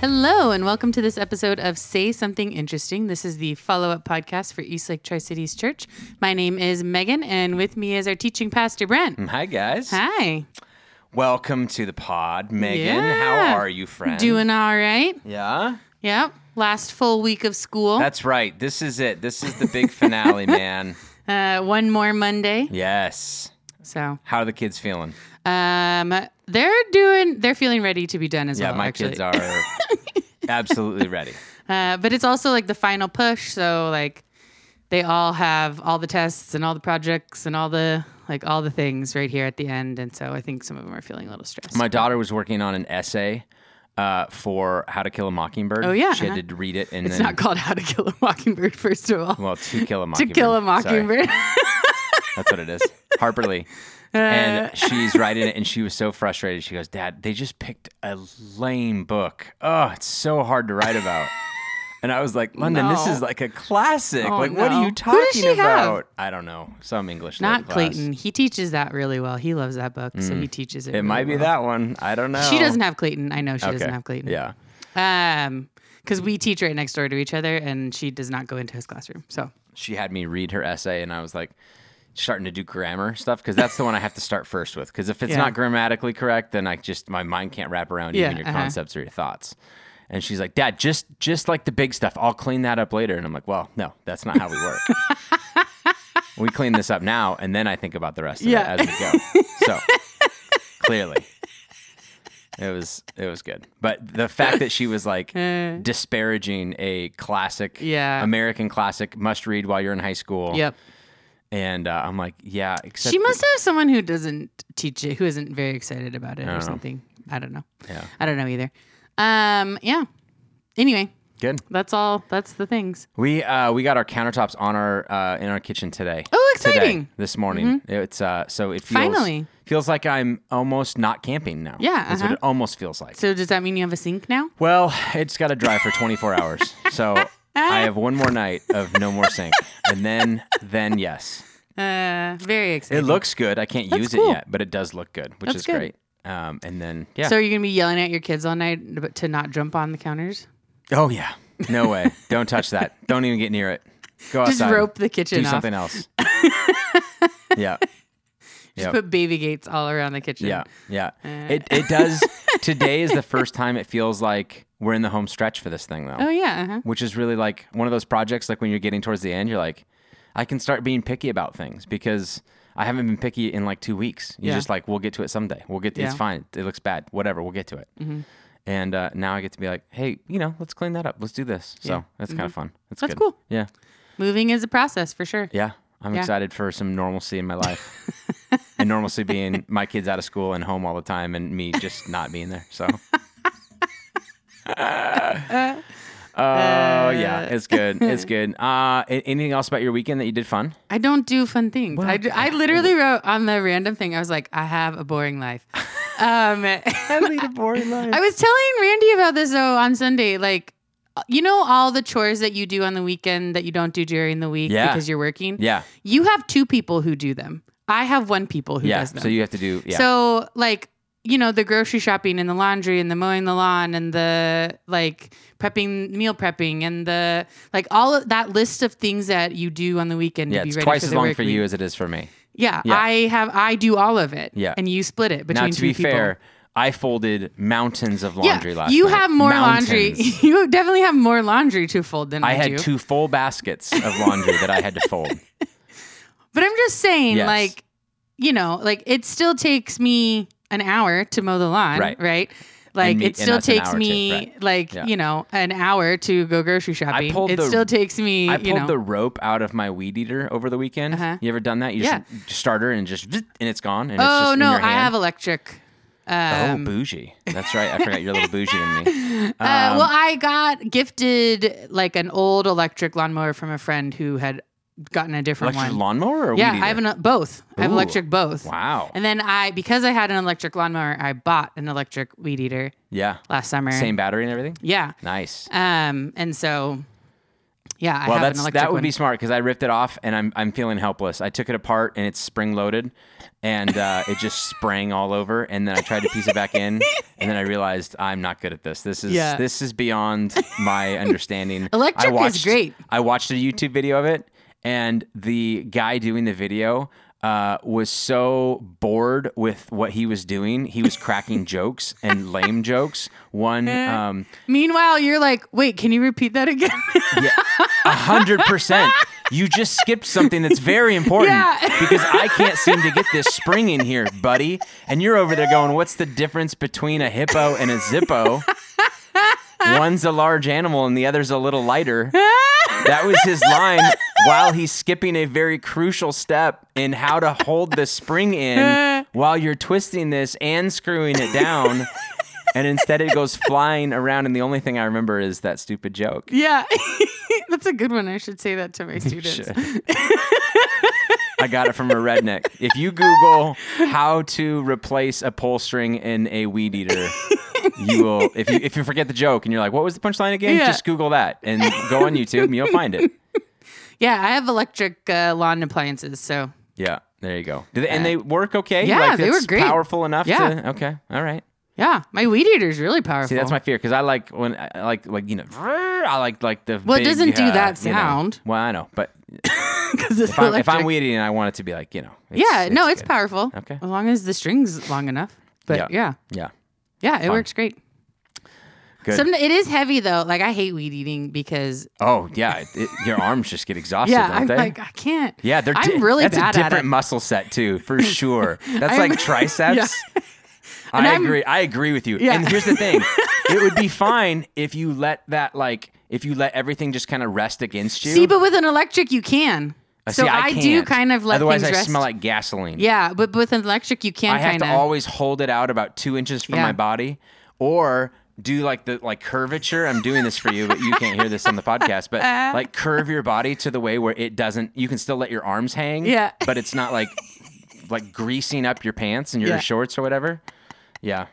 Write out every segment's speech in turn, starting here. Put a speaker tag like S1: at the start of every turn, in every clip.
S1: Hello, and welcome to this episode of Say Something Interesting. This is the follow up podcast for East Lake Tri Cities Church. My name is Megan, and with me is our teaching pastor, Brent.
S2: Hi, guys.
S1: Hi.
S2: Welcome to the pod, Megan.
S1: Yeah.
S2: How are you, friend?
S1: Doing all right?
S2: Yeah.
S1: Yep. Last full week of school.
S2: That's right. This is it. This is the big finale, man.
S1: Uh, one more Monday.
S2: Yes.
S1: So
S2: How are the kids feeling?
S1: um, they're doing, they're feeling ready to be done as
S2: Yeah,
S1: well.
S2: my
S1: Oh, actually.
S2: kids are absolutely ready.
S1: Uh, but it's also like the final push. So like they all have all the tests and all the projects and all the like all the things right here at the end. And so I think some of them are feeling a little stressed.
S2: My daughter was working on an essay uh, for How to Kill a Mockingbird.
S1: Oh, yeah,
S2: She
S1: uh-huh.
S2: had to read it and
S1: it's
S2: then.
S1: not called How to Kill a Mockingbird, first of all.
S2: well, to kill a
S1: to
S2: mockingbird.
S1: Kill a
S2: Sorry.
S1: Mockingbird.
S2: That's what it is. Harper Lee.
S1: Uh.
S2: And she's writing it, and she was so frustrated. She goes, Dad, they just picked a lame book. Oh, it's so hard to write about. And I was like, London, this
S1: No.
S2: is like a classic.
S1: Oh,
S2: like, what
S1: no.
S2: are you
S1: Who does
S2: talking
S1: she have?
S2: about? I don't know. Some English lit
S1: not
S2: class. Mm.
S1: Clayton. He teaches that really well. He loves that book, so he teaches it.
S2: It might be that one. I don't know.
S1: She doesn't have Clayton. I know she doesn't
S2: Okay.
S1: have Clayton.
S2: Yeah.
S1: Um, because we teach right next door to each other, and she does not go into his classroom. So
S2: She had me read her essay, and I was like, starting to do grammar stuff because that's the one I have to start first with. Because if it's
S1: Yeah.
S2: not grammatically correct, then I just my mind can't wrap around
S1: Yeah,
S2: even your
S1: uh-huh.
S2: concepts or your thoughts. And she's like, Dad, just just like the big stuff, I'll clean that up later. And I'm like, Well, no, that's not how we work. we clean this up now, and then I think about the rest of
S1: Yeah.
S2: it as we go. So clearly. It was it was good, but the fact that she was like disparaging a classic,
S1: Uh. Yeah.
S2: American classic, must read while you're in high school.
S1: yep.
S2: And uh, I'm like, yeah, except
S1: She must have someone who doesn't teach it, who isn't very excited about it or something. I don't know.
S2: Yeah.
S1: I don't know either. Um, yeah. Anyway,
S2: good.
S1: that's all. That's the things.
S2: We uh, we got our countertops on our uh, in our kitchen today.
S1: Oh,
S2: Today,
S1: exciting. Mm-hmm.
S2: this morning, it's uh, so it feels
S1: Finally.
S2: feels like I'm almost not camping now.
S1: Yeah,
S2: that's
S1: uh-huh.
S2: what it almost feels like.
S1: So does that mean you have a sink now?
S2: well, it's got to dry for 24 hours, so I have one more night of no more sink, and then then yes,
S1: Uh, very
S2: it
S1: exciting.
S2: looks good. I can't use
S1: cool.
S2: it yet, but it does look good, which
S1: That's
S2: is
S1: good.
S2: great. Um, and then yeah,
S1: So are you gonna be yelling at your kids all night ab- to not jump on the counters?
S2: oh yeah, no way, don't touch that. Don't even get near it. Go outside.
S1: Just rope the kitchen
S2: do
S1: off.
S2: something else. yeah.
S1: Just
S2: Yep.
S1: put baby gates all around the kitchen.
S2: Yeah. Yeah.
S1: Uh.
S2: It it does today is the first time it feels like we're in the home stretch for this thing though.
S1: Oh yeah. Uh-huh.
S2: Which is really like one of those projects like when you're getting towards the end, you're like, I can start being picky about things because I haven't been picky in like two weeks. You're
S1: Yeah.
S2: just like, we'll get to it someday. We'll get to
S1: Yeah. Mm-hmm.
S2: it's fine. It looks bad. Whatever, we'll get to it. And uh, now I get to be like, hey, you know, let's clean that up. Let's do this. So that's kind of fun. That's,
S1: Mm-hmm. That's
S2: good.
S1: cool.
S2: Yeah.
S1: Moving is a process for sure.
S2: Yeah. I'm
S1: Yeah.
S2: excited for some normalcy in my life. and normalcy being my kids out of school and home all the time and me just not being there. So. Oh yeah,
S1: Uh,
S2: it's good. It's good. Uh, a- anything else about your weekend that you did fun?
S1: I don't do fun things. I, d- I literally wrote on the random thing. I was like, I have a boring life. um,
S2: I lead a boring life.
S1: I was telling Randy about this though on Sunday. Like, uh, you know, all the chores that you do on the weekend that you don't do during the week
S2: Yeah.
S1: because you're working.
S2: Yeah,
S1: You have two people who do them. I have one people who
S2: yeah.
S1: does them.
S2: So you have to do. Yeah,
S1: So, like, you know, the grocery shopping and the laundry and the mowing the lawn and the like prepping, meal prepping and the like all of that list of things that you do on the weekend
S2: yeah.
S1: to be
S2: It's
S1: ready
S2: twice
S1: for
S2: as
S1: the
S2: long
S1: work
S2: for
S1: week.
S2: you as it is for me.
S1: Yeah,
S2: Yeah.
S1: I have. I do all of it.
S2: Yeah.
S1: and you split it between
S2: Now, to
S1: two
S2: be
S1: people.
S2: fair, I folded mountains of laundry last
S1: you
S2: night.
S1: have more
S2: Mountains.
S1: laundry. You definitely have more laundry to fold than I,
S2: I
S1: do.
S2: had two full baskets of laundry that I had to fold.
S1: But I'm just saying,
S2: Yes.
S1: like, you know, like it still takes me an hour to mow the lawn,
S2: Right.
S1: Like
S2: And me-
S1: it
S2: and
S1: still
S2: us an
S1: takes
S2: hour too,
S1: me
S2: right.
S1: like
S2: Yeah.
S1: you know an hour to go grocery shopping.
S2: pulled
S1: It
S2: the-
S1: still takes me
S2: I pulled
S1: you know
S2: the rope out of my weed eater over the weekend.
S1: Uh-huh.
S2: You ever done that? You
S1: Yeah.
S2: just start her and just and it's gone. And it's
S1: oh
S2: just
S1: no,
S2: in your
S1: I
S2: hand.
S1: have electric. Um,
S2: oh bougie. That's right. I forgot you're a little bougie than me.
S1: Uh, well, I got gifted like an old electric lawnmower from a friend who had gotten a different
S2: Electric
S1: one.
S2: lawnmower or
S1: yeah,
S2: weed eater?
S1: I have an, uh, both. I have
S2: Ooh.
S1: electric both.
S2: Wow.
S1: And then I, because I had an electric lawnmower, I bought an electric weed eater
S2: yeah.
S1: last summer.
S2: Same battery and everything.
S1: Yeah.
S2: Nice.
S1: Um. And so Yeah, I
S2: well,
S1: have an
S2: that's
S1: electric
S2: that would
S1: one.
S2: be smart because I ripped it off and I'm I'm feeling helpless. I took it apart and it's spring loaded, and uh, it just sprang all over. And then I tried to piece it back in, and then I realized I'm not good at this. This is
S1: Yeah.
S2: this is beyond my understanding.
S1: Electric
S2: I
S1: is
S2: watched,
S1: great.
S2: I watched a YouTube video of it, and the guy doing the video. Uh, was so bored with what he was doing. He was cracking jokes and lame jokes. One, um,
S1: Meanwhile, you're like, wait, can you repeat that again?
S2: yeah, a hundred percent. You just skipped something that's very important
S1: Yeah.
S2: because I can't seem to get this spring in here, buddy. And you're over there going, "What's the difference between a hippo and a zippo? One's a large animal and the other's a little lighter." That was his line while he's skipping a very crucial step in how to hold the spring in while you're twisting this and screwing it down. And instead, it goes flying around, and the only thing I remember is that stupid joke.
S1: yeah. That's a good one. I should say that to my students.
S2: I got it from a redneck. If you Google how to replace a pull string in a weed eater, you will. If you if you forget the joke and you're like, "What was the punchline again?"
S1: Yeah.
S2: Just Google that and go on YouTube and you'll find it.
S1: Yeah, I have electric uh, lawn appliances, so
S2: Yeah, there you go. Do they, and they work okay.
S1: yeah,
S2: like,
S1: they were
S2: that's
S1: great.
S2: Powerful enough.
S1: Yeah.
S2: To, okay. All right.
S1: yeah, my weed eater is really powerful.
S2: See, that's my fear because I like when I like like you know I like like the.
S1: Well, it
S2: big,
S1: doesn't do
S2: uh,
S1: that
S2: you know.
S1: sound.
S2: well, I know, but
S1: because it's
S2: if I'm, if I'm
S1: electric.
S2: weed eating, I want it to be like you know.
S1: yeah, no, it's
S2: good.
S1: powerful.
S2: Okay.
S1: as long as the string's long enough. But yeah,
S2: Yeah.
S1: yeah, it works great.
S2: Good.
S1: Some, it is heavy though. Like I hate weed eating because
S2: Oh yeah, it, it- your arms just get exhausted,
S1: yeah,
S2: don't
S1: I'm
S2: they?
S1: like I can't.
S2: yeah, they're.
S1: I'm
S2: di-
S1: really
S2: that's
S1: bad
S2: a
S1: at
S2: different
S1: it.
S2: muscle set too, for sure. That's
S1: I'm-
S2: like triceps.
S1: And
S2: I
S1: I'm-
S2: agree. I agree with you.
S1: Yeah.
S2: And here's the thing: it would be fine if you let that like if you let everything just kind of rest against you.
S1: See, but with an electric you can.
S2: Uh,
S1: so
S2: see,
S1: I, do
S2: can't.
S1: kind of let
S2: Otherwise,
S1: things
S2: I
S1: rest.
S2: smell like gasoline.
S1: yeah, but with an electric you can
S2: I have
S1: kind
S2: to
S1: of.
S2: always hold it out about two inches from
S1: Yeah.
S2: my body, or do like the like curvature. I'm doing this for you, but you can't hear this on the podcast. But
S1: Uh-huh.
S2: like curve your body to the way where it doesn't. You can still let your arms hang.
S1: Yeah.
S2: but it's not like like greasing up your pants and your
S1: Yeah.
S2: shorts or whatever. Yeah,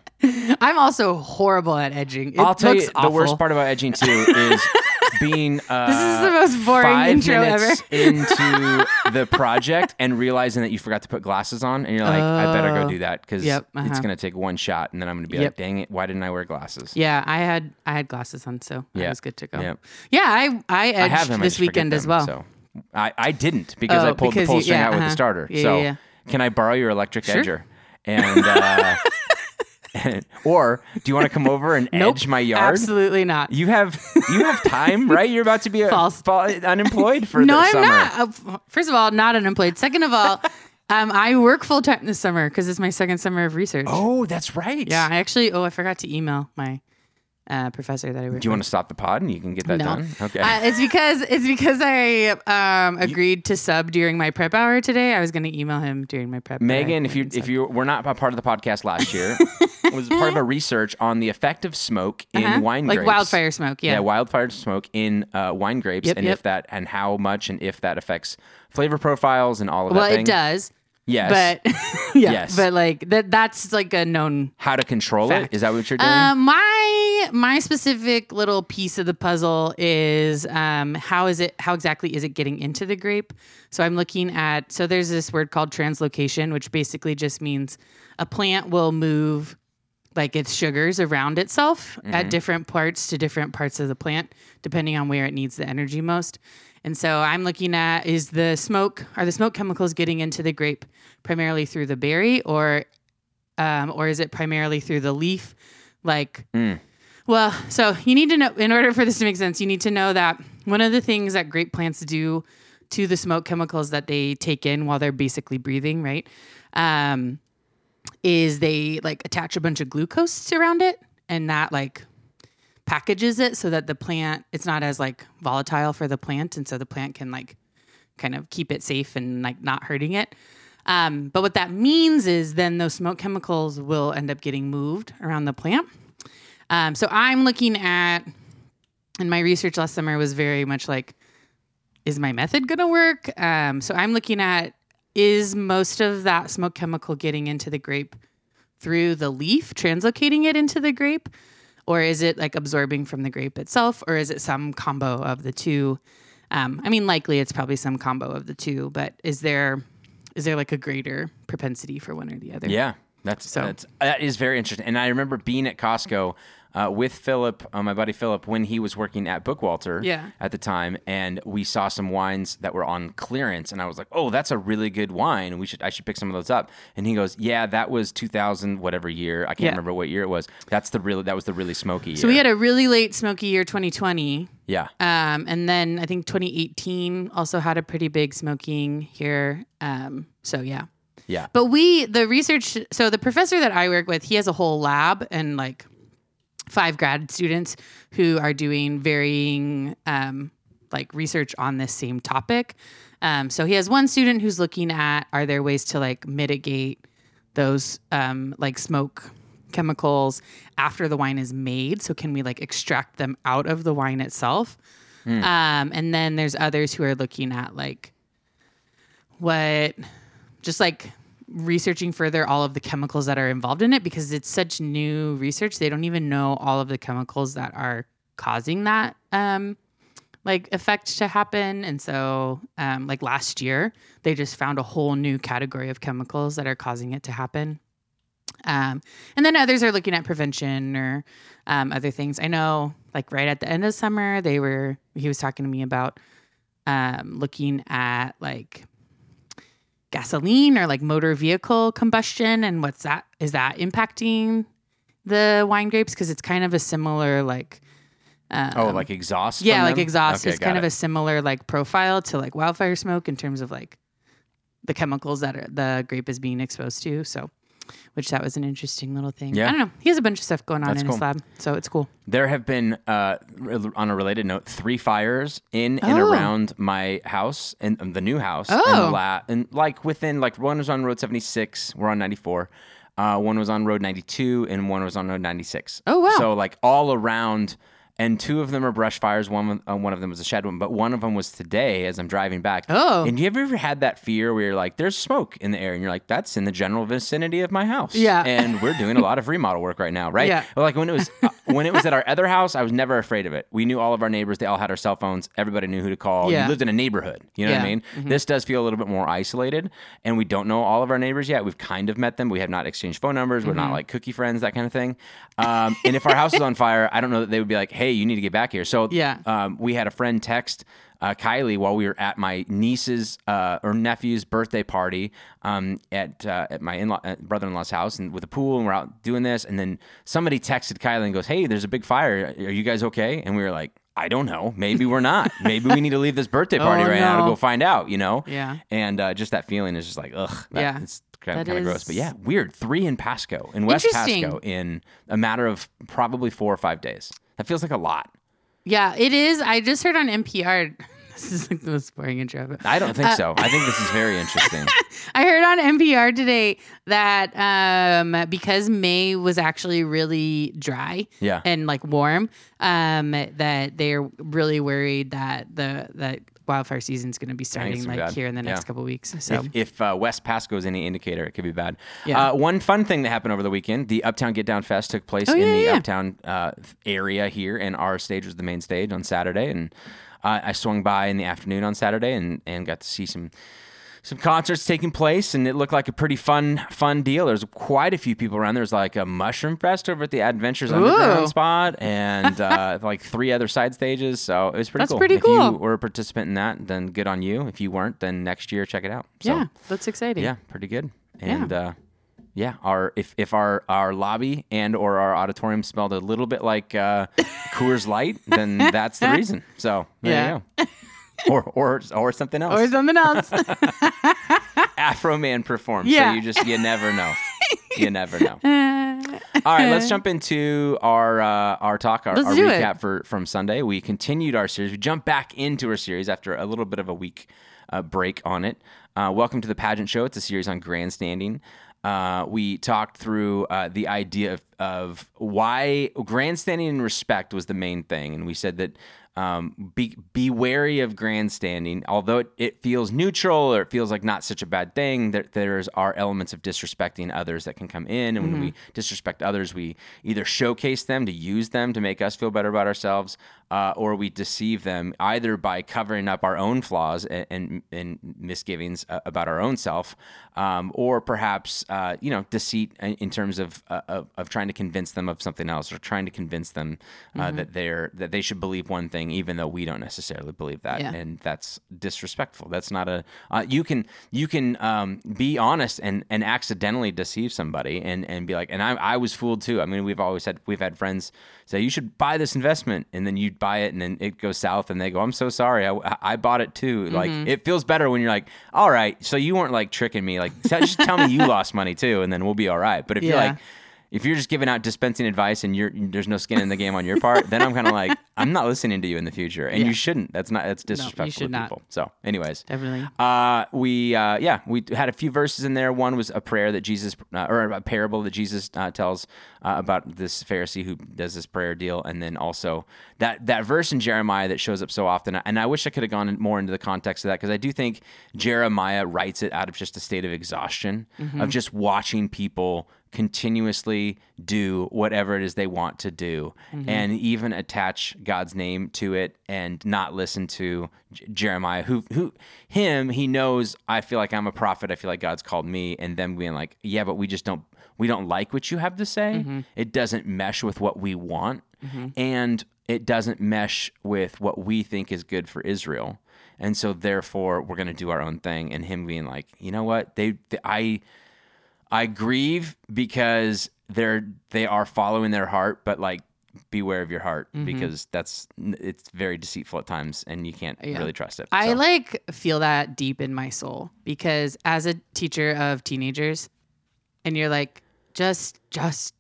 S1: I'm also horrible at edging. It
S2: I'll tell you
S1: looks awful.
S2: the worst part about edging too is being. Uh,
S1: This is the most boring
S2: five
S1: intro
S2: minutes
S1: ever.
S2: into the project and realizing that you forgot to put glasses on, and you're like, I better go do that because
S1: Oh. Yep,
S2: it's
S1: uh-huh.
S2: gonna take one shot, and then I'm gonna be like,
S1: Yep.
S2: dang it, why didn't I wear glasses?
S1: Yeah, I had I had glasses on, so
S2: Yeah.
S1: I was good to go.
S2: Yep.
S1: Yeah, I I
S2: I
S1: edged
S2: have them I
S1: this
S2: just forget
S1: weekend as
S2: them,
S1: well.
S2: So I, I didn't because I
S1: Oh,
S2: pulled
S1: because
S2: the pull
S1: you-
S2: string
S1: yeah,
S2: out with the
S1: uh-huh.
S2: starter.
S1: Yeah,
S2: so
S1: yeah, yeah.
S2: can I borrow your electric edger? And uh, or do you want to come over and
S1: Nope,
S2: edge my yard?
S1: Absolutely not.
S2: You have you have time, right? You're about to be a,
S1: False.
S2: fall- unemployed for
S1: no,
S2: the
S1: I'm
S2: summer.
S1: not. Uh, f- First of all, not unemployed. Second of all, um, I work full time this summer because it's my second summer of research.
S2: Oh, that's right.
S1: Yeah, I actually. Oh, I forgot to email my uh, professor that I work.
S2: Do you want to stop the pod and you can get that
S1: No.
S2: done? Okay.
S1: Uh, it's because it's because I um, agreed to sub during my prep hour today. I was going to email him during my prep. but I
S2: Megan, if you
S1: couldn't, so-
S2: if you were not a part of the podcast last year, it was part of a research on the effect of smoke in
S1: Huh?
S2: wine
S1: Uh-huh. like
S2: grapes.
S1: wildfire smoke, yeah.
S2: Yeah, wildfire smoke in uh, wine grapes,
S1: Yep,
S2: and
S1: yep.
S2: if that, and how much, and if that affects flavor profiles and all of
S1: well,
S2: that.
S1: it
S2: thing.
S1: does,
S2: Yes,
S1: but yeah,
S2: Yes.
S1: but like that that's like a known.
S2: how to control
S1: Fact.
S2: it? Is that what you're doing?
S1: Uh, my my specific little piece of the puzzle is um, how is it how exactly is it getting into the grape? So I'm looking at so there's this word called translocation, which basically just means a plant will move like its sugars around itself at different parts to different parts of the plant, depending on where it needs the energy most. And so I'm looking at is the smoke are the smoke chemicals getting into the grape primarily through the berry or um, or is it primarily through the leaf? Like, well, so you need to know, in order for this to make sense, you need to know that one of the things that grape plants do to the smoke chemicals that they take in while they're basically breathing, right? Um, is they like attach a bunch of glucose around it and that like packages it so that the plant, it's not as like volatile for the plant. And so the plant can like kind of keep it safe and like not hurting it. Um, but what that means is then those smoke chemicals will end up getting moved around the plant. Um, so I'm looking at, and my research last summer was very much like, is my method going to work? Um, so I'm looking at, is most of that smoke chemical getting into the grape through the leaf, translocating it into the grape? Or is it like absorbing from the grape itself? Or is it some combo of the two? Um, I mean, likely it's probably some combo of the two, but is there is there like a greater propensity for one or the other?
S2: Yeah, that's
S1: So-
S2: that's that is very interesting. And I remember being at Costco uh, with Philip, uh, my buddy Philip, when he was working at Bookwalter
S1: Yeah.
S2: at the time, and we saw some wines that were on clearance, and I was like, "Oh, that's a really good wine. We should I should pick some of those up." And he goes, "Yeah, that was 2000 whatever year. I can't
S1: Yeah.
S2: remember what year it was. That's the really that was the really smoky year.
S1: So we had a really late smoky year 2020.
S2: yeah,
S1: Um, and then I think 2018 also had a pretty big smoking here. Um, so yeah.
S2: yeah,
S1: But we, the research, so the professor that I work with, he has a whole lab and like five grad students who are doing varying um, like research on this same topic. Um, so he has one student who's looking at are there ways to like mitigate those um, like smoke chemicals after the wine is made? So can we like extract them out of the wine itself? Um, and then there's others who are looking at like what just like researching further all of the chemicals that are involved in it because it's such new research they don't even know all of the chemicals that are causing that um like effect to happen and so um like last year they just found a whole new category of chemicals that are causing it to happen um and then others are looking at prevention or um other things i know like right at the end of summer they were he was talking to me about um looking at like gasoline or like motor vehicle combustion and what's that is that impacting the wine grapes because it's kind of a similar like um,
S2: oh, like exhaust.
S1: yeah
S2: from
S1: like
S2: them?
S1: exhaust
S2: Okay,
S1: is kind
S2: got
S1: of
S2: it.
S1: a similar like profile to like wildfire smoke in terms of like the chemicals that are, the grape is being exposed to so which that was an interesting little thing
S2: Yeah.
S1: i don't know he has a bunch of stuff going on
S2: That's
S1: in
S2: cool.
S1: his lab so it's cool
S2: There have been, uh, re- on a related note, three fires in and
S1: Oh.
S2: around my house and um, the new house. And, the
S1: Oh.
S2: la- and like within, like one was on Road 76, we're on 94. Uh, one was on Road 92 and one was on Road 96.
S1: Oh, wow.
S2: So like all around, and two of them are brush fires. One uh, one of them was a shed one, but one of them was today as I'm driving back.
S1: Oh.
S2: And you ever ever had that fear where you're like, there's smoke in the air, and you're like, that's in the general vicinity of my house.
S1: Yeah.
S2: And we're doing a lot of remodel work right now, right?
S1: Yeah.
S2: Well, Like when it was uh, when it was at our other house, I was never afraid of it. We knew all of our neighbors; they all had our cell phones. Everybody knew who to call.
S1: Yeah.
S2: You lived in a neighborhood. You know what I
S1: Yeah. Mm-hmm.
S2: mean? This does feel a little bit more isolated, and we don't know all of our neighbors yet. We've kind of met them. We have not exchanged phone numbers. We're
S1: Mm-hmm.
S2: not like cookie friends, that kind of thing. Um, and if our house is on fire, I don't know that they would be like, "Hey, you need to get back here." So
S1: Yeah.
S2: um, we had a friend text uh, Kylie while we were at my niece's uh, or nephew's birthday party um, at uh, at my in-law, uh, brother-in-law's house and with a pool, and we're out doing this. And then somebody texted Kylie and goes, "Hey, there's a big fire. Are you guys okay?" And we were like. I don't know. Maybe we're not. Maybe we need to leave this birthday party
S1: Oh,
S2: right now to
S1: no.
S2: go find out, you know?
S1: Yeah.
S2: And uh, just that feeling is just like, ugh, that,
S1: Yeah.
S2: it's kind of,
S1: That
S2: kind of gross.
S1: is-
S2: But yeah, weird. Three in Pasco, in West
S1: Interesting.
S2: Pasco, in a matter of probably four or five days. That feels like a lot.
S1: yeah it is i just heard on npr this is like the most boring intro ever.
S2: I don't think so. I think this is very interesting.
S1: I heard on NPR today that um, because May was actually really dry
S2: Yeah.
S1: and like warm, um, that they're really worried that the that wildfire season's going to be starting
S2: it's
S1: like
S2: gonna be bad.
S1: here in the next
S2: Yeah.
S1: couple weeks. So
S2: If, if uh, West Pasco is any indicator, it could be bad.
S1: Yeah.
S2: Uh, one fun thing that happened over the weekend: the Uptown Get Down Fest took place in
S1: Oh, yeah,
S2: the
S1: yeah.
S2: Uptown uh, area here, and our stage was the main stage on Saturday. And uh, I swung by in the afternoon on Saturday and and got to see some. Some concerts taking place, and it looked like a pretty fun, fun deal. There's quite a few people around. There's like a mushroom fest over at the Adventures Underground spot, and uh, like three other side stages. So it was pretty
S1: That's
S2: cool.
S1: pretty
S2: if
S1: cool.
S2: you were a participant in that, then good on you. If you weren't, then next year check it out. So,
S1: yeah, that's exciting.
S2: yeah, pretty good. And uh, yeah, our if if our our lobby and or our auditorium smelled a little bit like uh, Coors Light, then that's the reason. So there you go. Or or or something else.
S1: Or something else.
S2: Afro Man performs.
S1: Yeah.
S2: So you just you never know. You never know. All right, let's jump into our uh, our talk, our,
S1: Let's
S2: our
S1: do it.
S2: recap for from Sunday. We continued our series. We jumped back into our series after a little bit of a week uh, break on it. Uh, Welcome to the Pageant Show. It's a series on grandstanding. Uh, we talked through uh, the idea of, of why grandstanding and respect was the main thing. And we said that um, be, be wary of grandstanding. Although it, it feels neutral or it feels like not such a bad thing, there, there's are elements of disrespecting others that can come in. And when we disrespect others, we either showcase them to use them to make us feel better about ourselves, uh, or we deceive them either by covering up our own flaws and, and, and misgivings uh, about our own self, um, or perhaps uh, you know deceit in, in terms of, uh, of of trying to convince them of something else, or trying to convince them uh,
S1: Mm-hmm.
S2: that they're that they should believe one thing even though we don't necessarily believe that,
S1: Yeah.
S2: and that's disrespectful. That's not a uh, you can you can um, be honest and and accidentally deceive somebody and and be like, and I I was fooled too. I mean, we've always had we've had friends say you should buy this investment, and then you buy it, and then it goes south, and they go, I'm so sorry, I I bought it too. Like
S1: Mm-hmm.
S2: it feels better when you're like, all right, so you weren't like tricking me. Like t- just tell me you lost money too, and then we'll be all right. But if you're
S1: Yeah.
S2: like if you're just giving out dispensing advice and you're there's no skin in the game on your part, then I'm kind of like I'm not listening to you in the future, and you shouldn't. That's not that's disrespectful
S1: should
S2: to
S1: not.
S2: people. So, anyways,
S1: Definitely.
S2: Uh, we uh, yeah, we had a few verses in there. One was a prayer that Jesus uh, or a parable that Jesus uh, tells uh, about this Pharisee who does this prayer deal, and then also that that verse in Jeremiah that shows up so often. And I wish I could have gone in- more into the context of that because I do think Jeremiah writes it out of just a state of exhaustion
S1: Mm-hmm.
S2: of just watching people continuously do whatever it is they want to do and even attach God's name to it and not listen to J- Jeremiah who who him he knows I feel like I'm a prophet I feel like God's called me and them being like yeah but we just don't we don't like what you have to say it doesn't mesh with what we want and it doesn't mesh with what we think is good for Israel and so therefore we're going to do our own thing and him being like you know what they, they I I grieve because they're they are following their heart, but like beware of your heart
S1: Mm-hmm.
S2: because that's it's very deceitful at times, and you can't really trust it.
S1: I
S2: So,
S1: like feel that deep in my soul because as a teacher of teenagers, and you're like, just, just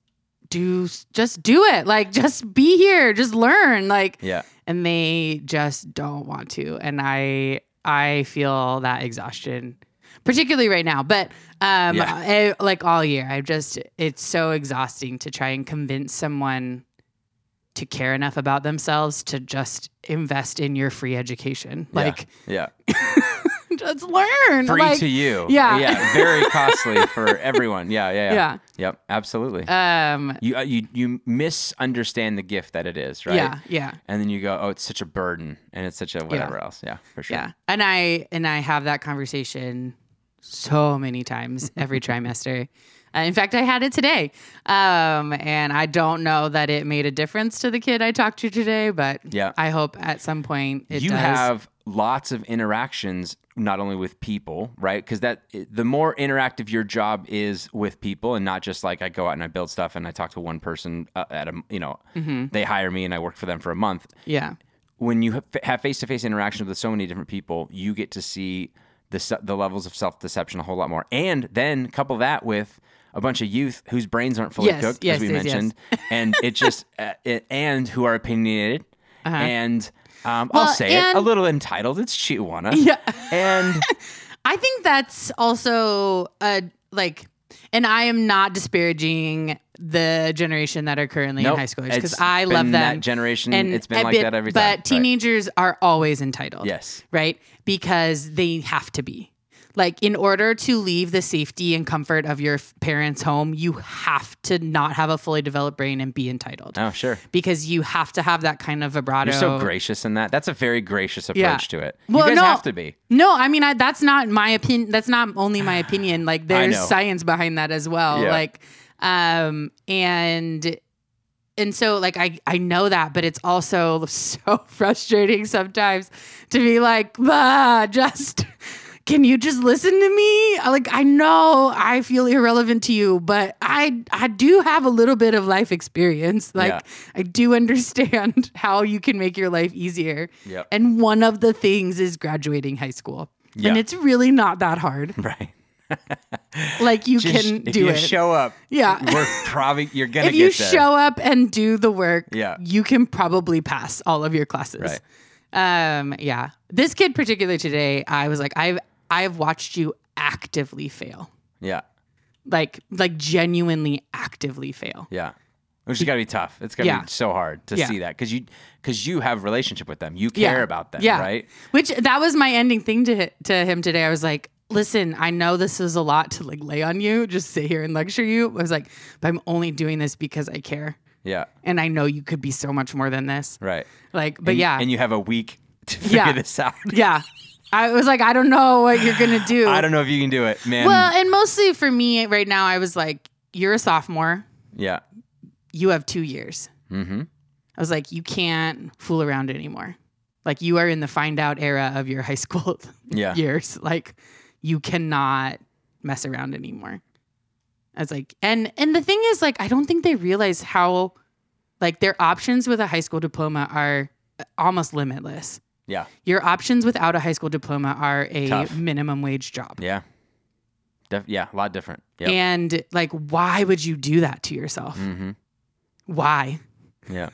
S1: do, just do it. Like, just be here, just learn. Like,
S2: yeah,
S1: and they just don't want to. And I, I feel that exhaustion, particularly right now. But um, I- like all year, I just, it's so exhausting to try and convince someone to care enough about themselves to just invest in your free education.
S2: yeah,
S1: Like,
S2: yeah,
S1: just learn.
S2: free
S1: like,
S2: to you.
S1: yeah.
S2: yeah, very costly for everyone. Yeah, yeah, yeah.
S1: Yeah.
S2: Yep, absolutely.
S1: Um.
S2: you uh, you you misunderstand the gift that it is, right?
S1: Yeah. Yeah.
S2: And then you go, oh, it's such a burden, and it's such a whatever else. Yeah, for sure.
S1: Yeah. And I and I have that conversation so many times every trimester. Uh, in fact, I had it today, um, and I don't know that it made a difference to the kid I talked to today, but
S2: Yeah.
S1: I hope at some point it
S2: you
S1: does.
S2: have lots of interactions not only with people right because that the more interactive your job is with people and not just like i go out and i build stuff and i talk to one person uh, at a you know
S1: Mm-hmm.
S2: they hire me and i work for them for a month
S1: yeah.
S2: when you ha- have face-to-face interactions with so many different people you get to see the, se- the levels of self-deception a whole lot more and then couple that with a bunch of youth whose brains aren't fully
S1: Yes,
S2: cooked
S1: yes,
S2: as we
S1: yes, yes.
S2: mentioned and it just uh, it, and who are opinionated and um,
S1: Uh-huh. Well,
S2: I'll say it, a
S1: and-
S2: little entitled. It's Chihuahua.
S1: Yeah.
S2: And
S1: I think that's also a like, and I am not disparaging the generation that are currently
S2: nope,
S1: in high schoolers because
S2: it's
S1: I love
S2: been
S1: them.
S2: That generation, it's been
S1: a
S2: like
S1: bit-
S2: that every
S1: but
S2: time. Right.
S1: teenagers are always entitled.
S2: Yes.
S1: Right? Because they have to be. Like, in order to leave the safety and comfort of your f- parents' home, you have to not have a fully developed brain and be entitled.
S2: Oh, sure.
S1: Because you have to have that kind of vibrato.
S2: You're so gracious in that. That's a very gracious approach
S1: Yeah.
S2: to it.
S1: Well,
S2: you guys
S1: no.
S2: have to be.
S1: No, I mean I, that's not my opinion. That's not only my opinion. Like there's
S2: know.
S1: science behind that as well.
S2: Yeah.
S1: Like, um, and and so like I I know that, but it's also so frustrating sometimes to be like, bah, just can you just listen to me? Like I know I feel irrelevant to you, but I I do have a little bit of life experience. Like
S2: Yeah.
S1: I do understand how you can make your life easier.
S2: Yep.
S1: And one of the things is graduating high school.
S2: Yeah.
S1: And it's really not that hard.
S2: Right.
S1: Like you
S2: Just-
S1: can
S2: if
S1: do
S2: you
S1: it.
S2: show up.
S1: Yeah.
S2: We're probably you're gonna
S1: if
S2: get
S1: you
S2: there.
S1: show up and do the work,
S2: Yeah.
S1: you can probably pass all of your classes.
S2: Right.
S1: Um, yeah. This kid particularly today, I was like, I've I've watched you actively fail.
S2: Yeah.
S1: Like like genuinely actively fail.
S2: Yeah. Which has got to be tough. It's got to
S1: Yeah.
S2: be so hard to
S1: Yeah.
S2: see that because you because you have relationship with them. You care about them, right?
S1: Which that was my ending thing to hi- to him today. I was like, listen, I know this is a lot to like lay on you, just sit here and lecture you. I was like, but I'm only doing this because I care,
S2: Yeah,
S1: and I know you could be so much more than this.
S2: right.
S1: Like, but
S2: And-
S1: yeah,
S2: and you have a week to figure
S1: Yeah.
S2: this out.
S1: yeah. I was like, I don't know what you're gonna do.
S2: I don't know if you can do it, man.
S1: well, and mostly for me right now, I was like, you're a sophomore.
S2: yeah.
S1: You have two years.
S2: Mm-hmm.
S1: I was like, you can't fool around anymore. Like you are in the find out era of your high school
S2: Yeah.
S1: years. Like you cannot mess around anymore. I was like, and and the thing is, like, I don't think they realize how like their options with a high school diploma are uh, almost limitless.
S2: Yeah.
S1: Your options without a high school diploma are a
S2: Tough.
S1: minimum wage job.
S2: Yeah. Def- yeah. A lot different. Yeah.
S1: And like, why would you do that to yourself?
S2: Mm-hmm.
S1: Why?
S2: Yeah.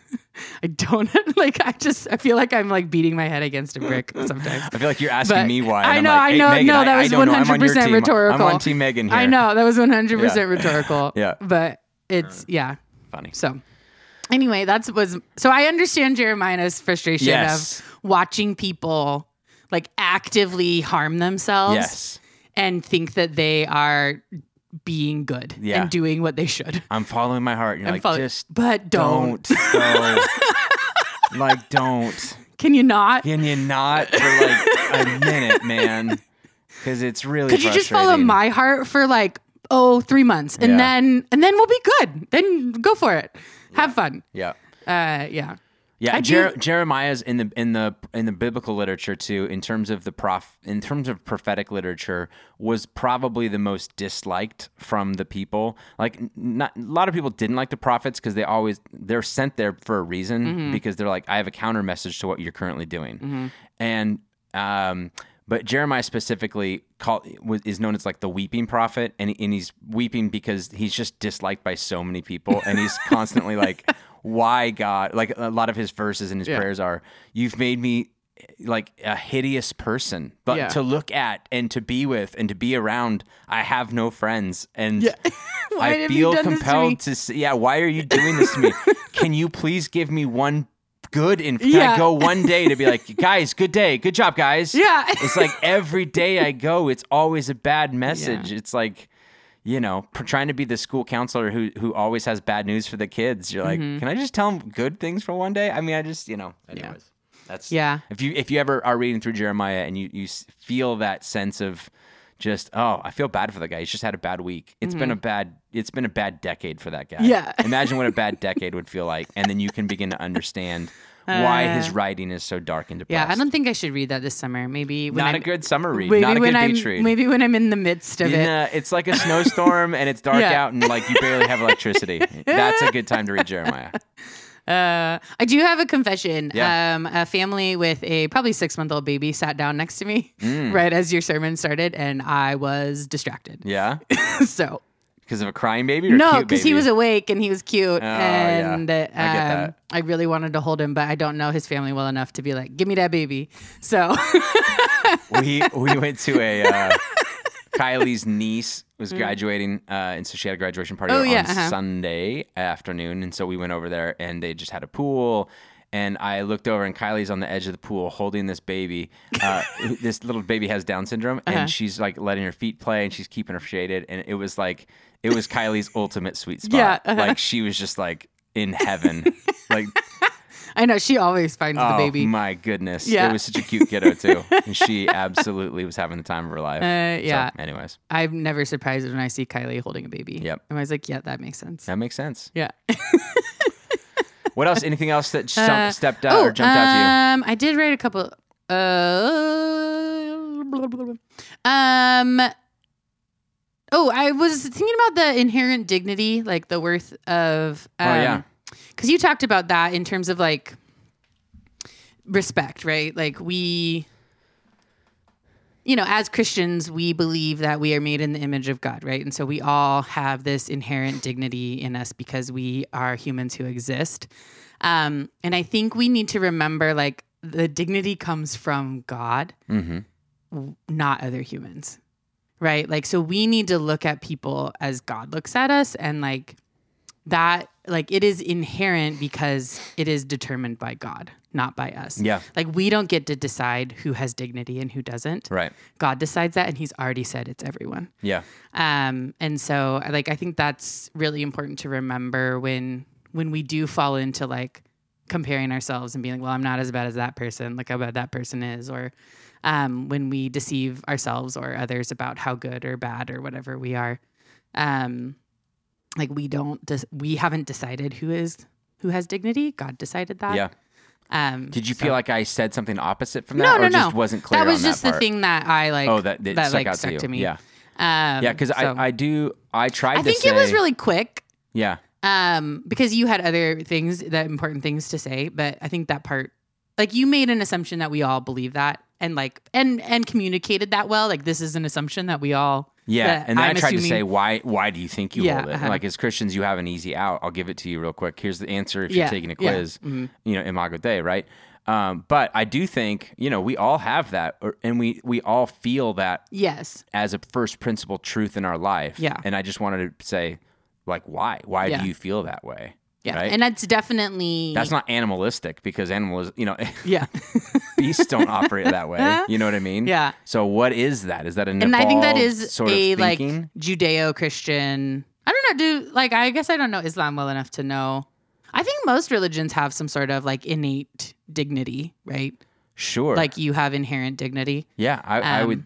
S1: I don't like. I just I feel like I'm like beating my head against a brick sometimes.
S2: I feel like you're asking
S1: But
S2: me why.
S1: I
S2: And
S1: know,
S2: I'm like,
S1: I
S2: "Hey,
S1: know,
S2: Megan,
S1: no,
S2: I,
S1: that
S2: I
S1: was
S2: don't know. I'm on your
S1: 100%
S2: team.
S1: rhetorical.
S2: I'm on Team Megan here.
S1: I know that was 100%
S2: Yeah.
S1: rhetorical.
S2: Yeah.
S1: But it's yeah.
S2: Funny.
S1: So anyway, that's was so I understand Jeremiah's frustration
S2: Yes.
S1: of watching people like actively harm themselves
S2: Yes.
S1: and think that they are being good
S2: Yeah.
S1: and doing what they should.
S2: I'm following my heart. And you're
S1: And
S2: like,
S1: follow-
S2: just
S1: but don't.
S2: don't. go. like, don't.
S1: Can you not?
S2: Can you not for like a minute, man? Because it's really.
S1: Could you just follow
S2: frustrating.
S1: my heart for like oh three months and
S2: Yeah.
S1: then and then we'll be good. Then go for it. Have fun.
S2: Yeah.
S1: Uh, yeah.
S2: Yeah,
S1: I
S2: Jer-
S1: do-
S2: Jeremiah's in the in the in the biblical literature too. In terms of the prof, in terms of prophetic literature, was probably the most disliked from the people. Like, n- not a lot of people didn't like the prophets because they always they're sent there for a reason
S1: Mm-hmm.
S2: because they're like, I have a counter message to what you're currently doing, and um, but Jeremiah specifically call, was, is known as like the weeping prophet, and, and he's weeping because he's just disliked by so many people, and he's constantly like, "Why God?" Like a lot of his verses and his prayers are, "You've made me like a hideous person, but
S1: Yeah.
S2: to look at and to be with and to be around, I have no friends, and
S1: Why
S2: I
S1: have you
S2: feel
S1: done this to me?
S2: compelled to say, yeah, why are you doing this to me? Can you please give me one good and can I
S1: Yeah.
S2: go one day to be like, guys, good day, good job, guys.
S1: Yeah.
S2: It's like every day I go, it's always a bad message. It's like, you know, pr- trying to be the school counselor who who always has bad news for the kids. You're like,
S1: Mm-hmm.
S2: can I just tell them good things for one day? I mean, I just, you know, anyways. That's
S1: Yeah.
S2: If you if you ever are reading through Jeremiah and you you s- feel that sense of just oh, I feel bad for the guy. He's just had a bad week. It's been a bad it's been a bad decade for that guy.
S1: Mm-hmm. Yeah.
S2: Imagine what a bad decade would feel like, and then you can begin to understand why his writing is so dark and
S1: Uh. Yeah,
S2: depressed.
S1: I don't think I should read that this summer. Maybe when
S2: not
S1: I'm,
S2: a good summer read.
S1: maybe
S2: not a
S1: when
S2: good
S1: I'm
S2: beach read.
S1: maybe when I'm in the midst of
S2: In
S1: it.
S2: a- it's like a snowstorm and it's dark
S1: Yeah.
S2: out and like you barely have electricity. That's a good time to read Jeremiah.
S1: Uh, I do have a confession.
S2: Yeah.
S1: Um, a family with a probably six month old baby sat down next to me right as your sermon started, and I was distracted.
S2: Mm. Yeah,
S1: so
S2: because of a crying baby or a
S1: no,
S2: cute
S1: because he
S2: baby? Oh,
S1: was awake and he was cute,
S2: yeah.
S1: and
S2: I get
S1: um,
S2: that.
S1: I really wanted to hold him, but I don't know his family well enough to be like, "Give me that baby." So
S2: we we went to a uh, Kylie's niece was graduating, uh, and so she had a graduation party
S1: Mm. Oh,
S2: on
S1: yeah, uh-huh.
S2: Sunday afternoon, and so we went over there, and they just had a pool. And I looked over, and Kylie's on the edge of the pool holding this baby. Uh, this little baby has Down syndrome, and
S1: Uh-huh.
S2: she's like letting her feet play, and she's keeping her shaded. And it was like, it was Kylie's ultimate sweet spot.
S1: Yeah, uh-huh.
S2: Like she was just like in heaven. like
S1: I know she always finds the baby.
S2: Oh, my goodness.
S1: Yeah.
S2: It was such a cute kiddo, too. and she absolutely was having the time of her life.
S1: Uh, yeah.
S2: So, anyways,
S1: I'm never surprised when I see Kylie holding a baby.
S2: Yep.
S1: I'm always like, yeah, that makes sense.
S2: that makes sense.
S1: Yeah.
S2: What else? Anything else that stump,
S1: Uh,
S2: stepped out or jumped out
S1: um, I did write a couple. Uh, blah, blah, blah. Um. Oh, I was thinking about the inherent dignity, like the worth of. Um,
S2: yeah.
S1: Because you talked about that in terms of like respect, right? Like we. You know, as Christians, we believe that we are made in the image of God, right? And so we all have this inherent dignity in us because we are humans who exist. Um, and I think we need to remember like the dignity comes from God,
S2: Mm-hmm.
S1: w- not other humans. Right? Like so we need to look at people as God looks at us and like that like it is inherent because it is determined by God, not by us.
S2: Yeah.
S1: Like we don't get to decide who has dignity and who doesn't.
S2: Right.
S1: God decides that and he's already said it's everyone.
S2: Yeah.
S1: Um, and so like I think that's really important to remember when when we do fall into like comparing ourselves and being like, well, I'm not as bad as that person. Look how bad that person is, or um, when we deceive ourselves or others about how good or bad or whatever we are. Um, like we don't dis- we haven't decided who is who has dignity. God decided that.
S2: Yeah.
S1: Um,
S2: Did you
S1: Uh, so-
S2: feel like I said something opposite from
S1: No,
S2: that,
S1: no,
S2: or just
S1: no.
S2: wasn't clear
S1: that was
S2: on
S1: just
S2: that
S1: the
S2: part?
S1: thing that I like?
S2: Oh, that, that,
S1: that
S2: stuck
S1: like
S2: out
S1: stuck
S2: to you.
S1: to me.
S2: Yeah,
S1: Um,
S2: yeah, because
S1: so-
S2: I, I do I tried.
S1: I
S2: to
S1: think it was
S2: say-
S1: really quick.
S2: yeah
S1: um because you had other things that important things to say but i think that part like you made an assumption that we all believe that and like and and communicated that well like this is an assumption that we all
S2: yeah,
S1: that
S2: and then i
S1: I'm
S2: tried to
S1: assuming-
S2: say why why do you think you
S1: Yeah,
S2: hold it? And
S1: uh-huh.
S2: Like as Christians, you have an easy out. I'll give it to you real quick. Here's the answer if
S1: Yeah,
S2: you're taking a
S1: yeah,
S2: quiz.
S1: mhm.
S2: You know, Imago Dei, right? Um, but I do think you know we all have that, or, and we we all feel that
S1: yes
S2: as a first principle truth in our life.
S1: Yeah.
S2: and I just wanted to say like why why
S1: Yeah.
S2: do you feel that way?
S1: yeah
S2: Right?
S1: and that's definitely
S2: That's not animalistic because animals, you know,
S1: yeah
S2: beasts don't operate that way. You know what I mean?
S1: yeah
S2: So what is that? Is that an
S1: and i think that
S2: evolved
S1: is
S2: sort
S1: a
S2: of
S1: like
S2: thinking?
S1: judeo-christian i don't know do like i guess i don't know islam well enough to know i think most religions have some sort of like innate dignity right
S2: sure
S1: like you have inherent dignity
S2: yeah I, I
S1: um,
S2: would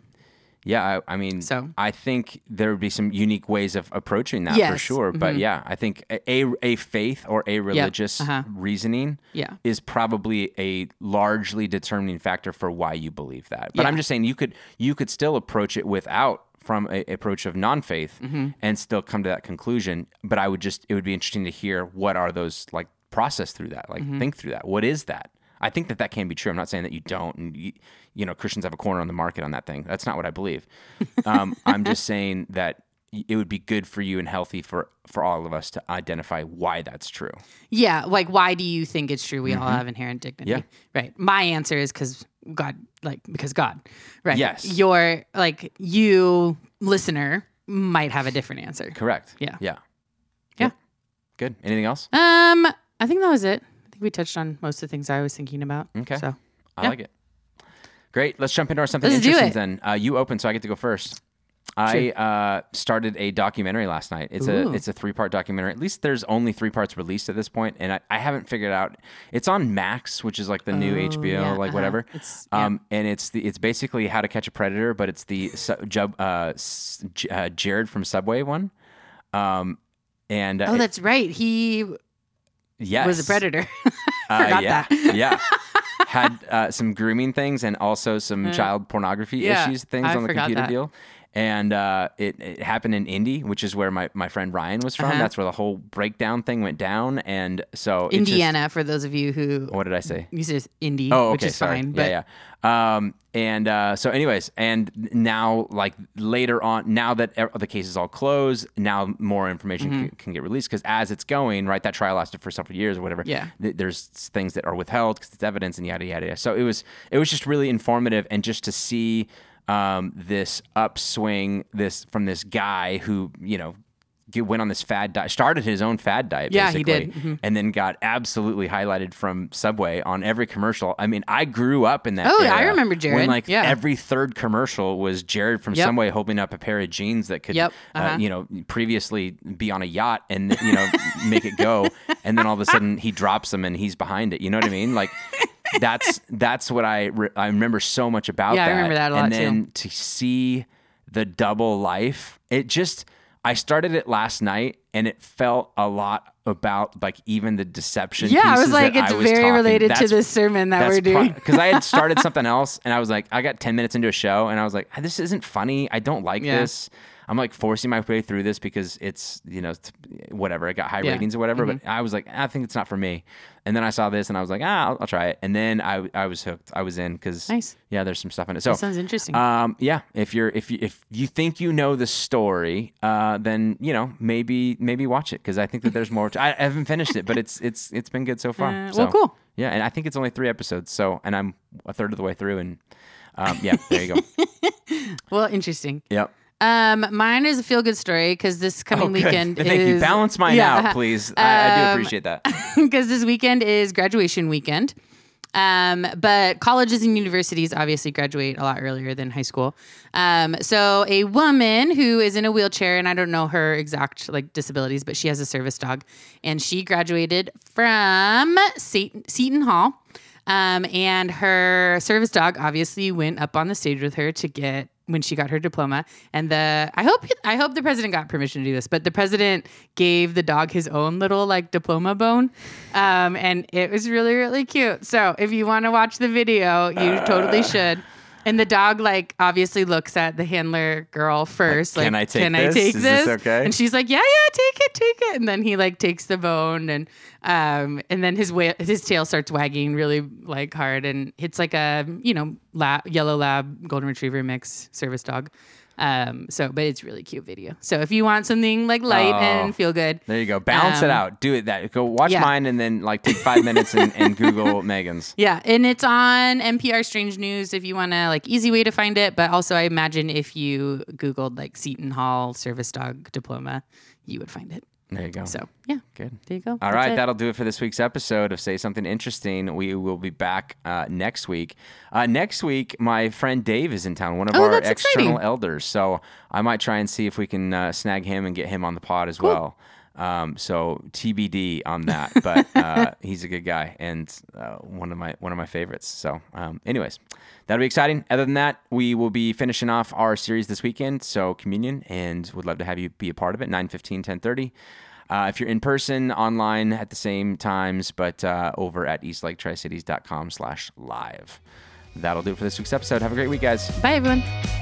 S2: yeah I, I mean
S1: so.
S2: I think there would be some unique ways of approaching that for
S1: Yes,
S2: sure but
S1: mhm.
S2: yeah I think a a faith or a religious
S1: uh-huh.
S2: reasoning
S1: yeah
S2: is probably a largely determining factor for why you believe that but
S1: Yeah.
S2: I'm just saying you could you could still approach it without from a approach of non-faith
S1: Mm-hmm.
S2: and still come to that conclusion but I would just it would be interesting to hear what are those like process through that
S1: Mm-hmm.
S2: like think through that what is that I think that that can be true. I'm not saying that you don't, and you, you know Christians have a corner on the market on that thing. That's not what I believe. Um, I'm just saying that y- it would be good for you and healthy for for all of us to identify why that's true.
S1: Yeah, like why do you think it's true? We all have inherent dignity,
S2: Mm-hmm. Yeah.
S1: right? My answer is because God, like because God, right?
S2: Yes.
S1: your like you listener might have a different answer.
S2: Correct.
S1: Yeah.
S2: Yeah.
S1: Yeah.
S2: Yep. Good. Anything else?
S1: Um, I think that was it. I think we touched on most of the things I was thinking about.
S2: Okay.
S1: so
S2: I
S1: Yeah.
S2: like it. Great. Let's jump into our something
S1: Let's do
S2: interesting
S1: it.
S2: then. Uh, you open, so I get to go first. I uh, started a documentary last night. It's
S1: Ooh.
S2: a it's a three part documentary. At least there's only three parts released at this point, and I, I haven't figured out. It's on Max, which is like the new
S1: Oh,
S2: HBO,
S1: yeah,
S2: like
S1: uh-huh.
S2: whatever.
S1: It's- yeah.
S2: um, and it's the it's basically How to Catch a Predator, but it's the su- Jub, uh, s- J- uh, Jared from Subway one. Um, and uh,
S1: oh,
S2: it-
S1: that's right. He
S2: yes,
S1: was a predator.
S2: uh,
S1: Forgot
S2: yeah,
S1: that.
S2: yeah. Had uh, some grooming things and also some child pornography
S1: Mm. yeah,
S2: issues things
S1: I
S2: on the
S1: forgot
S2: computer
S1: that.
S2: deal. And uh, it, it happened in Indy, which is where my, my friend Ryan was from.
S1: Uh-huh.
S2: That's where the whole breakdown thing went down. And so it just-
S1: Indiana, for those of you who
S2: what did I say?
S1: you said it's indie,
S2: Oh, okay,
S1: which is
S2: sorry.
S1: fine. But
S2: yeah, yeah. Um, and uh, so, anyways, and now, like later on, now that e- the case is all closed, now more information
S1: Mm-hmm.
S2: can, can get released because as it's going, right, that trial lasted for several years or whatever.
S1: Yeah.
S2: th- there's things that are withheld because it's evidence and yada yada yada. So it was it was just really informative and just to see um, this upswing this from this guy who you know. get- Went on this fad diet, started his own fad diet.
S1: Yeah, he
S2: basically,
S1: did. Mm-hmm.
S2: and then got absolutely highlighted from Subway on every commercial. I mean, I grew up in that.
S1: Oh, I
S2: era
S1: remember
S2: When
S1: Jared.
S2: like
S1: Yeah.
S2: every third commercial was Jared from
S1: Yep.
S2: Subway holding up a pair of jeans that could,
S1: Yep,
S2: uh,
S1: uh-huh.
S2: you know, previously be on a yacht and you know make it go, and then all of a sudden he drops them and he's behind it. You know what I mean? Like. That's that's what I re- I remember so much about
S1: Yeah, I
S2: that.
S1: remember that a lot,
S2: and
S1: too.
S2: then to see the double life, it just I started it last night and it felt a lot about like even the deception.
S1: yeah, I
S2: pieces
S1: was like,
S2: that
S1: it's
S2: I was
S1: very
S2: talking-
S1: related to
S2: that's-
S1: this sermon that
S2: that's
S1: we're doing.
S2: because I had started something else and I was like, I got 10 minutes into a show and I was like, "Ah, this isn't funny. I don't like
S1: Yeah.
S2: this. I'm like forcing my way through this because it's, you know, it's whatever. It got high
S1: Yeah. Mm-hmm.
S2: ratings or whatever. But I was like, I think it's not for me. And then I saw this and I was like, ah, I'll, I'll try it. And then I, I was hooked. I was in because,
S1: Nice.
S2: yeah, there's some stuff in it. So,
S1: Sounds interesting.
S2: um, yeah, if you're if you if you think you know the story, uh, then you know maybe maybe watch it because I think that there's more. To, I, I haven't finished it, but it's it's it's been good so far.
S1: Uh,
S2: so,
S1: well, cool.
S2: Yeah, and I think it's only three episodes. So, and I'm a third of the way through, and um, yeah, there you go.
S1: Well, interesting.
S2: yep.
S1: Um, mine is a feel good story because this coming
S2: good.
S1: weekend
S2: Thank you.
S1: is
S2: Balance mine
S1: Yeah.
S2: out, please. I, I do
S1: Um,
S2: appreciate that.
S1: because this weekend is graduation weekend. Um, but colleges and universities obviously graduate a lot earlier than high school. Um, so a woman who is in a wheelchair, and I don't know her exact like disabilities, but she has a service dog, and she graduated from Seton, Seton Hall. Um, and her service dog obviously went up on the stage with her to get when she got her diploma. And the I hope I hope the president got permission to do this, but the president gave the dog his own little like diploma bone, um, and it was really really cute. So if you want to watch the video, you
S2: Uh.
S1: totally should. And the dog like obviously looks at the handler girl first.
S2: Like,
S1: Like,
S2: "Can I take
S1: can
S2: this?
S1: I take
S2: Is this
S1: this?
S2: okay?"
S1: And she's like, yeah, yeah, take it, take it. And then he like takes the bone and um and then his whale, his tail starts wagging really like hard and it's like a you know lab, yellow lab golden retriever mix service dog. Um so but it's really cute video. So if you want something like light
S2: Oh.
S1: and feel good,
S2: There you go. Balance it
S1: Um,
S2: out. Do it that. Go watch
S1: yeah.
S2: mine and then like take five minutes and, and Google Megan's.
S1: Yeah, and it's on NPR Strange News if you want to like easy way to find it. But also, I imagine if you Googled like Seton Hall service dog diploma, you would find it.
S2: There you go.
S1: So yeah,
S2: Good.
S1: there you go.
S2: All right, that'll do it for this week's episode of Say Something Interesting. We will be back uh, next week. Uh, next week, my friend Dave is in town, one of
S1: Oh,
S2: our
S1: that's
S2: external
S1: exciting.
S2: elders. So I might try and see if we can uh, snag him and get him on the pod as well. Um, so TBD on that, but uh, he's a good guy and uh, one of my one of my favorites. So, um, anyways, that'll be exciting. Other than that, we will be finishing off our series this weekend. So communion, and would love to have you be a part of it. 9, 15, 10, 30. Uh, if you're in person, online at the same times, but uh, over at eastlaketricities.com slash live. That'll do it for this week's episode. Have a great week, guys.
S1: Bye everyone.
S2: Bye.